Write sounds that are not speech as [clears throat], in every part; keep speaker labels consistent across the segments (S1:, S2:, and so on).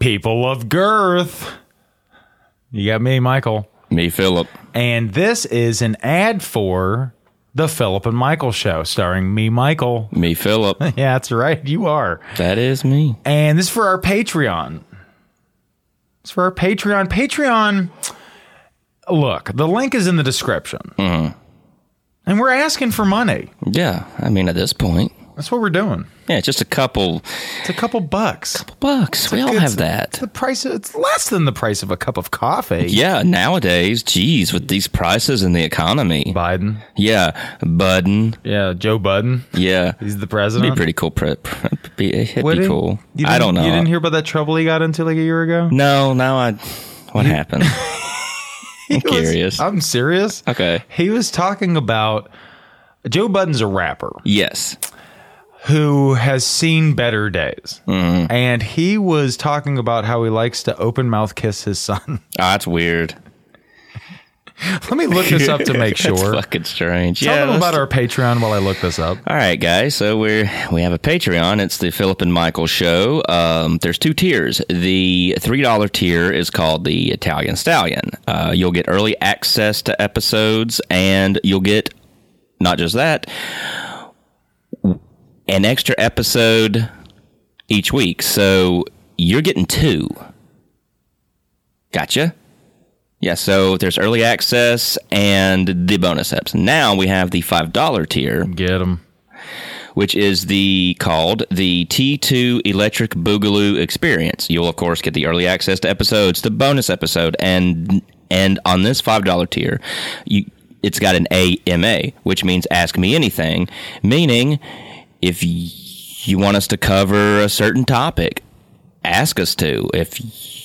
S1: People of Girth. You got me, Michael.
S2: Me, Philip.
S1: And this is an ad for the Philip and Michael show starring me, Michael.
S2: Me, Philip.
S1: Yeah, that's right. You are.
S2: that is me.
S1: And this is for our Patreon. It's for our Patreon. Patreon, look, the link is in the description.
S2: Mm-hmm.
S1: And we're asking for money.
S2: Yeah. I mean, at this point,
S1: That's what we're doing.
S2: yeah, just a couple
S1: It's a couple bucks.
S2: bucks. We all
S1: It's-
S2: have that.
S1: The price it's less than the price of a cup of coffee.
S2: Yeah, nowadays, geez, with these prices and the economy.
S1: Biden.
S2: Yeah, Budden.
S1: Yeah, Joe Budden.
S2: Yeah.
S1: He's the
S2: Be
S1: president.
S2: pretty cool. Pre- pre- be, it'd
S1: Would
S2: be
S1: he?
S2: cool.
S1: You Um,
S2: I
S1: didn't-
S2: don't know.
S1: You didn't hear about that trouble he got into like a year ago?
S2: no, no, I. What happened? I'm
S1: [laughs] He was-
S2: curious.
S1: I'm serious.
S2: Okay.
S1: He was talking about Joe Budden's a rapper
S2: Yes.
S1: who has seen better days.
S2: Mm-hmm.
S1: And he was talking about how he likes to open mouth kiss his son. [laughs]
S2: Oh, that's weird.
S1: Let me look this up to make
S2: [laughs] That's
S1: sure.
S2: fucking strange.
S1: Tell
S2: yeah.
S1: them
S2: let's
S1: about our Patreon while I look this up.
S2: All right, guys. So we're we have a Patreon. It's the Philip and Michael Show. Um, there's two tiers. The three dollar tier is called the Italian Stallion. Uh, you'll get early access to episodes, and you'll get not just that, an extra episode each week. So you're getting two. Gotcha. Yeah, so there's early access and the bonus eps. Now we have the $5 tier
S1: Get him.
S2: which is the called the T2 Electric Boogaloo Experience. You'll of course get the early access to episodes, the bonus episode, and and on this five dollar tier, you it's got an AMA, which means ask me anything, meaning if y- you want us to cover a certain topic, ask us to. If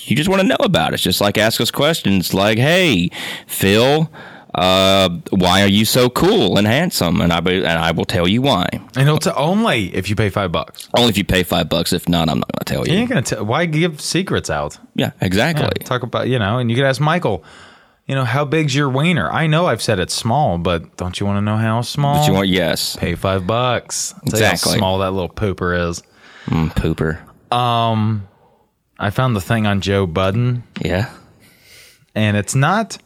S2: you just want to know about it, it's just like ask us questions like, hey, Phil, uh, why are you so cool and handsome? And I, be, and I will tell you why.
S1: And it's only if you pay five bucks.
S2: Only if you pay five bucks. If not, I'm not going to tell
S1: You
S2: you.
S1: ain't gonna tell. Why give secrets out?
S2: Yeah, exactly.
S1: Yeah, talk about you know, and you could ask Michael. You know, how big's your wiener? I know I've said it's small, but don't you want to know how small?
S2: But you want yes,
S1: pay five bucks. Tell you
S2: Exactly.
S1: how small that little pooper is.
S2: Mm, pooper.
S1: I found the thing on Joe Budden,
S2: Yeah,
S1: and it's not.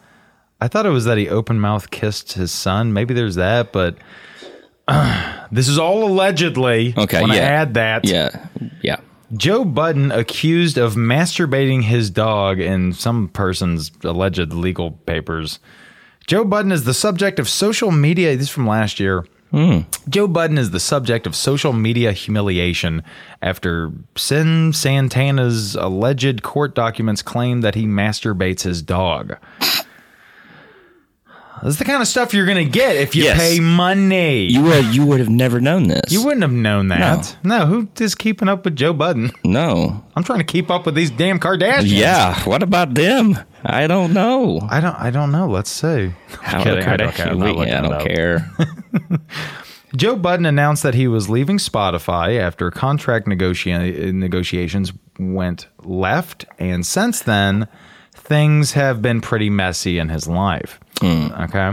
S1: I thought it was that he open mouth kissed his son. Maybe there's that, but [clears throat] this is all allegedly.
S2: Okay,
S1: when I
S2: yeah.
S1: add that,
S2: yeah, yeah.
S1: Joe Budden accused of masturbating his dog in some person's alleged legal papers. Joe Budden is the subject of social media. This is from last year. Hmm. Joe Budden is the subject of social media humiliation after Sin Santana's alleged court documents claim that he masturbates his dog. This is the kind of stuff you're going to get if you
S2: Yes.
S1: pay money. You,
S2: You would you would have never known this.
S1: wouldn't have known that. no, who is keeping up with Joe Budden?
S2: no.
S1: I'm trying to keep up with these damn Kardashians.
S2: Yeah. What about them? I don't know.
S1: I don't I don't know. Let's see.
S2: How
S1: kidding.
S2: the
S1: I don't care. I'm not
S2: Kardashian- we-
S1: looking
S2: yeah, I
S1: it
S2: don't
S1: up.
S2: care.
S1: Joe Budden announced that he was leaving Spotify after contract negotia- negotiations went left, and since then, things have been pretty messy in his life. Okay.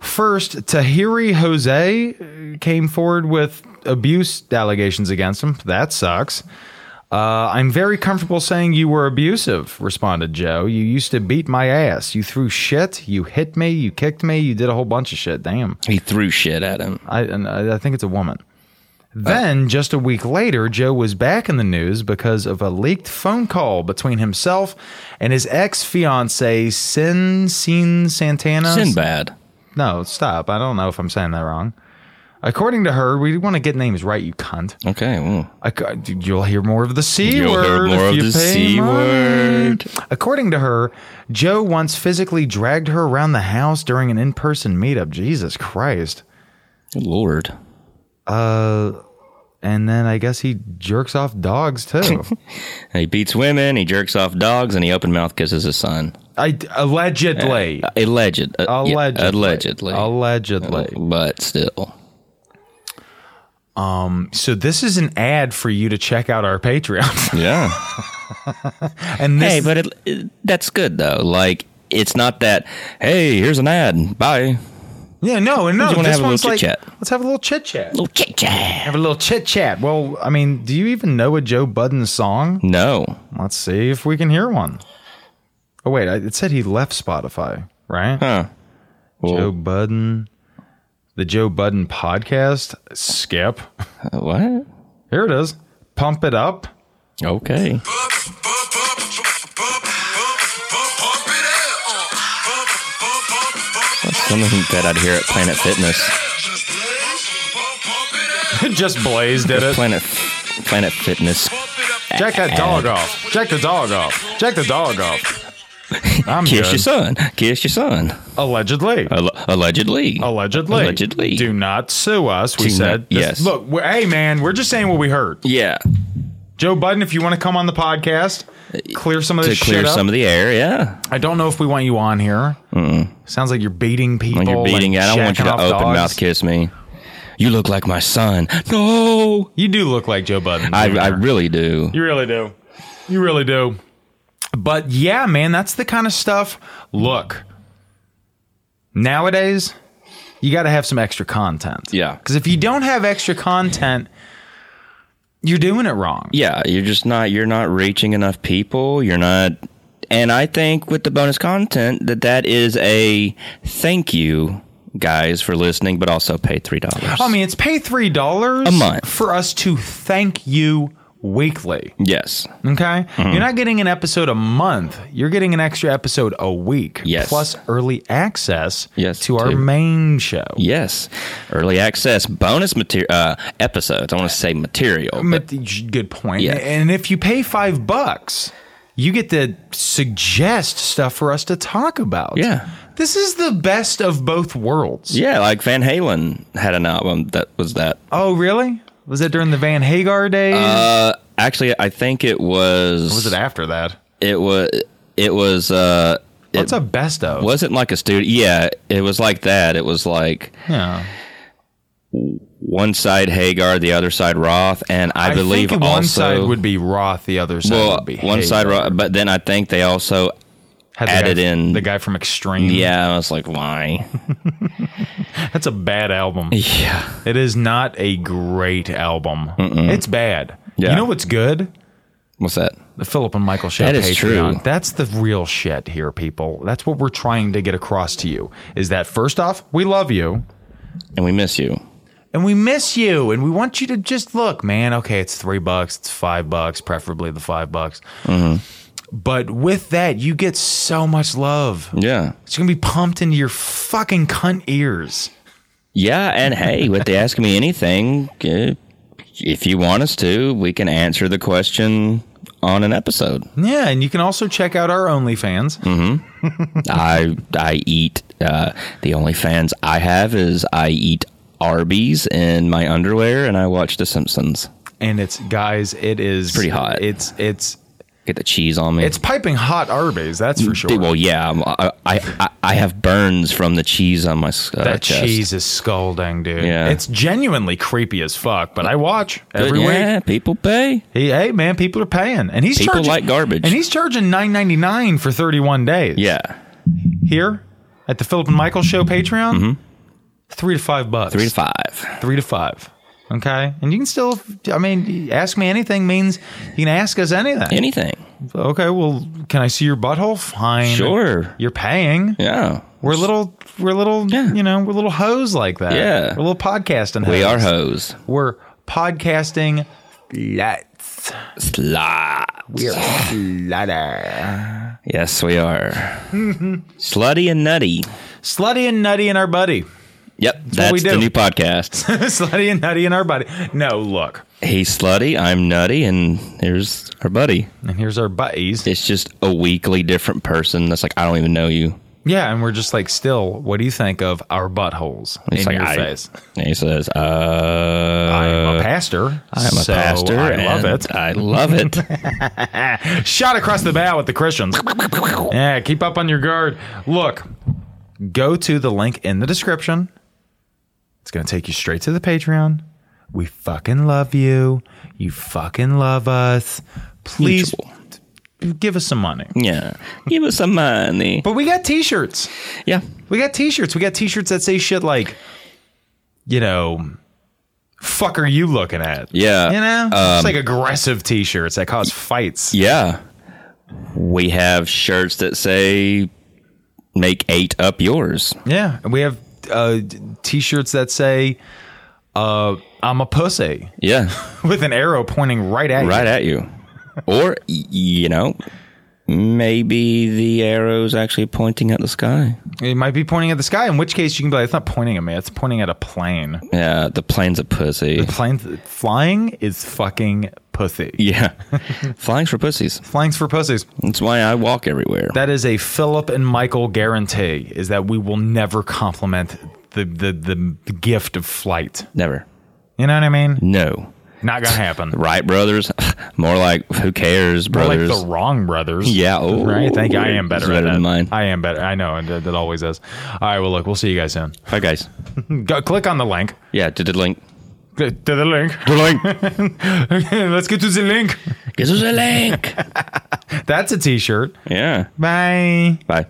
S1: First, Tahiri Jose came forward with abuse allegations against him. That sucks. Uh, I'm very comfortable saying you were abusive, responded Joe. You used to beat my ass. You threw shit. You hit me. You kicked me. You did a whole bunch of shit. Damn.
S2: He threw shit at him.
S1: I, and I I think it's a woman. Then, just a week later, Joe was back in the news because of a leaked phone call between himself and his ex fiancee, Sin Sin Santana.
S2: Sinbad.
S1: No, stop. I don't know if I'm saying that wrong. According to her, we want to get names right, you cunt.
S2: Okay. Well,
S1: Ac- You'll hear more of the C
S2: You'll hear
S1: word.
S2: more
S1: if
S2: of
S1: you
S2: the
S1: pay
S2: C
S1: money.
S2: word.
S1: According to her, Joe once physically dragged her around the house during an in person meetup. Jesus Christ.
S2: Lord.
S1: Uh, and then I guess he jerks off dogs too.
S2: He beats women. He jerks off dogs, and he open mouth kisses his son.
S1: I allegedly,
S2: Alleged. uh, yeah,
S1: allegedly,
S2: allegedly.
S1: allegedly.
S2: But still.
S1: So this is an ad for you to check out our
S2: [laughs]
S1: Patreon, [laughs]
S2: Yeah.
S1: and this
S2: hey, but it, it- that's good though. Like it's not that. Hey, here's an ad. Bye.
S1: Yeah, no, and no.
S2: You wanna
S1: This
S2: have a little
S1: one's like,
S2: chit-chat.
S1: let's have a little chit chat.
S2: Little chit chat.
S1: Have a little chit chat. Well, I mean, do you even know a Joe Budden song?
S2: No.
S1: Let's see if we can hear one. Oh wait, I- it said he left Spotify, right?
S2: Huh. Well,
S1: Joe Budden, the Joe Budden podcast. Skip.
S2: uh, what?
S1: Here it is. Pump it up. [laughs]
S2: Okay. Something that I'd hear at Planet Fitness.
S1: Just Blaze did it.
S2: Planet Planet Fitness.
S1: Check that dog off. Check the dog off. Check the dog off. I'm
S2: Kiss your
S1: good.
S2: son. Kiss your son.
S1: Allegedly.
S2: Al- allegedly.
S1: Oh, Allegedly.
S2: Allegedly.
S1: Do not sue us. We
S2: Do
S1: said
S2: not- yes.
S1: Look, we're, hey man, we're just saying what we heard.
S2: yeah.
S1: Joe Budden, if you want to come on the podcast, clear some of
S2: Uh, To
S1: this
S2: clear
S1: shit up.
S2: some of the air. Yeah.
S1: I don't know if we want you on here. Sounds like you're beating people.
S2: When you're beating
S1: like
S2: it, I don't want you to
S1: jacking
S2: open
S1: off dogs.
S2: mouth kiss me. You look like my son. No.
S1: You do look like Joe Budden.
S2: I,
S1: Jr.
S2: I really do.
S1: You really do. You really do. But yeah, man, that's the kind of stuff. Look, nowadays, you got to have some extra content.
S2: Yeah.
S1: Because if you don't have extra content, you're doing it wrong.
S2: Yeah, you're just not you're not reaching enough people. You're not and I think with the bonus content that that is a thank you guys for listening but also pay $3.
S1: I mean, it's pay $3
S2: A month.
S1: for us to thank you weekly.
S2: yes.
S1: Okay.
S2: Mm-hmm.
S1: You're not getting an episode a month. You're getting an extra episode a week.
S2: Yes.
S1: Plus early access
S2: Yes,
S1: to our
S2: too.
S1: main show.
S2: Yes. Early access bonus material uh episodes. I want to say material. but
S1: But good point.
S2: Yeah.
S1: And if you pay five bucks, you get to suggest stuff for us to talk about.
S2: Yeah.
S1: This is the best of both worlds.
S2: yeah, like Van Halen had an album that was that.
S1: Oh, really? Was that during the Van Hagar days?
S2: Uh actually I think it was
S1: was it after that?
S2: it was it was uh it
S1: What's a best of?
S2: wasn't like a studio. Yeah, it was like that. It was like
S1: Yeah.
S2: one side Hagar, the other side Roth, and I, believe
S1: think
S2: also
S1: one side would be Roth, the other side
S2: well,
S1: would be
S2: one
S1: Hagar. Hmm.
S2: side Roth, but then I think they also
S1: Had the
S2: added
S1: guy-
S2: in-
S1: the guy from Extreme.
S2: yeah, I was
S1: [laughs]
S2: like, why?
S1: That's a bad album.
S2: yeah,
S1: It is not a great album. It's bad.
S2: Yeah.
S1: You know what's good?
S2: what's that?
S1: The Philip and Michael Show
S2: That is
S1: Patreon.
S2: true.
S1: That's the real shit here, people. That's what we're trying to get across to you. Is that first off, we love you
S2: And we miss you.
S1: and we miss you and we want you to just look, man. Okay, it's three bucks, it's five bucks, preferably the five bucks.
S2: Mm-hmm.
S1: But with that, you get so much love.
S2: Yeah,
S1: It's gonna be pumped into your fucking cunt ears.
S2: yeah, and hey, with the ask me anything, eh, if you want us to, we can answer the question on an episode.
S1: Yeah, and you can also check out our OnlyFans.
S2: Mm. I I eat uh, the only fans I have is I eat Arby's in my underwear and I watch The Simpsons.
S1: and it's guys, it is
S2: pretty hot.
S1: It's it's
S2: Get the cheese on me.
S1: it's piping hot Arby's, that's for sure.
S2: Dude, well, yeah, I'm- I, I I have burns from the cheese on my s- uh,
S1: that
S2: chest.
S1: cheese is scalding, dude.
S2: Yeah.
S1: It's genuinely creepy as fuck, but I watch
S2: But
S1: every
S2: yeah,
S1: week.
S2: people pay.
S1: He, hey man, people are paying, and he's
S2: People
S1: charging,
S2: like garbage.
S1: and he's charging nine ninety nine for thirty one days.
S2: Yeah,
S1: here at the Philip and Michael Show Patreon, three to five bucks,
S2: Mm-hmm. three to five.
S1: three to five. Okay, and you can still, I mean, ask me anything means you can ask us anything.
S2: Anything.
S1: okay, well, can I see your butthole? Fine,
S2: Sure.
S1: You're paying.
S2: Yeah,
S1: We're little, we're little,
S2: Yeah.
S1: you know, we're little hoes like that.
S2: Yeah.
S1: we're little podcasting. Hoes.
S2: we are hoes.
S1: We're podcasting. Sluts.
S2: Slut.
S1: We're slutter.
S2: Yes,
S1: [laughs]
S2: we are. Slutty and nutty.
S1: Slutty and nutty and our buddy. [laughs]
S2: Yep, that's,
S1: what we
S2: the
S1: do. [laughs]
S2: new podcast.
S1: slutty and nutty and our buddy. No, look,
S2: He's slutty. I'm nutty, and here's our buddy.
S1: and here's our buddies.
S2: It's just a weekly different person. That's like I don't even know you.
S1: Yeah, and we're just like, still, what do you think of our buttholes
S2: It's
S1: in
S2: like
S1: your
S2: I-
S1: face?
S2: And he says, "Uh,
S1: I'm a pastor.
S2: I'm a
S1: so
S2: pastor.
S1: I love
S2: and
S1: it.
S2: I love it." [laughs]
S1: Shot across the bow at the Christians. Yeah, keep up on your guard. Look, go to the link in the description. It's going to take you straight to the Patreon. We fucking love you. You fucking love us. [laughs] Please
S2: Mutual.
S1: give us some money.
S2: Yeah. Give us some money.
S1: But we got t shirts.
S2: Yeah.
S1: We got T-shirts. We got T-shirts that say shit like, you know, "fuck are you looking at?"
S2: Yeah. um,
S1: you know, it's like aggressive T-shirts that cause fights.
S2: Yeah. We have shirts that say make eight up yours.
S1: Yeah, and we have uh, T-shirts that say, uh, "I'm a pussy" [laughs]
S2: Yeah.
S1: with an arrow pointing right at
S2: right at you. Or, y- you know, maybe the arrow's actually pointing at the sky.
S1: you. It might be pointing at the sky, in which case you can be like, "It's not pointing at me. It's pointing at a plane."
S2: Yeah. The plane's
S1: [laughs]
S2: a pussy.
S1: Plane flying is fucking pussy.
S2: Yeah. Flying's for pussies.
S1: Flying's for pussies.
S2: That's why I walk everywhere.
S1: That is a Philip and Michael guarantee is that we will never compliment the, the, the gift of flight.
S2: Never.
S1: You know what I mean?
S2: No.
S1: Not gonna
S2: [laughs]
S1: happen.
S2: Right, brothers? More like, who cares,
S1: We're
S2: brothers?
S1: Like the wrong brothers.
S2: Yeah, oh,
S1: right. Thank you. I am better,
S2: it's
S1: at
S2: better
S1: that.
S2: than mine.
S1: I am better. I know. And that that always is. All right. Well, look, we'll see you guys soon.
S2: Hi, guys.
S1: Go, click on the link.
S2: Yeah. Did the link.
S1: Click To the link. [laughs]
S2: The link.
S1: Let's get to the link.
S2: Gives us a link.
S1: That's a t shirt.
S2: [laughs] Yeah.
S1: Bye.
S2: Bye.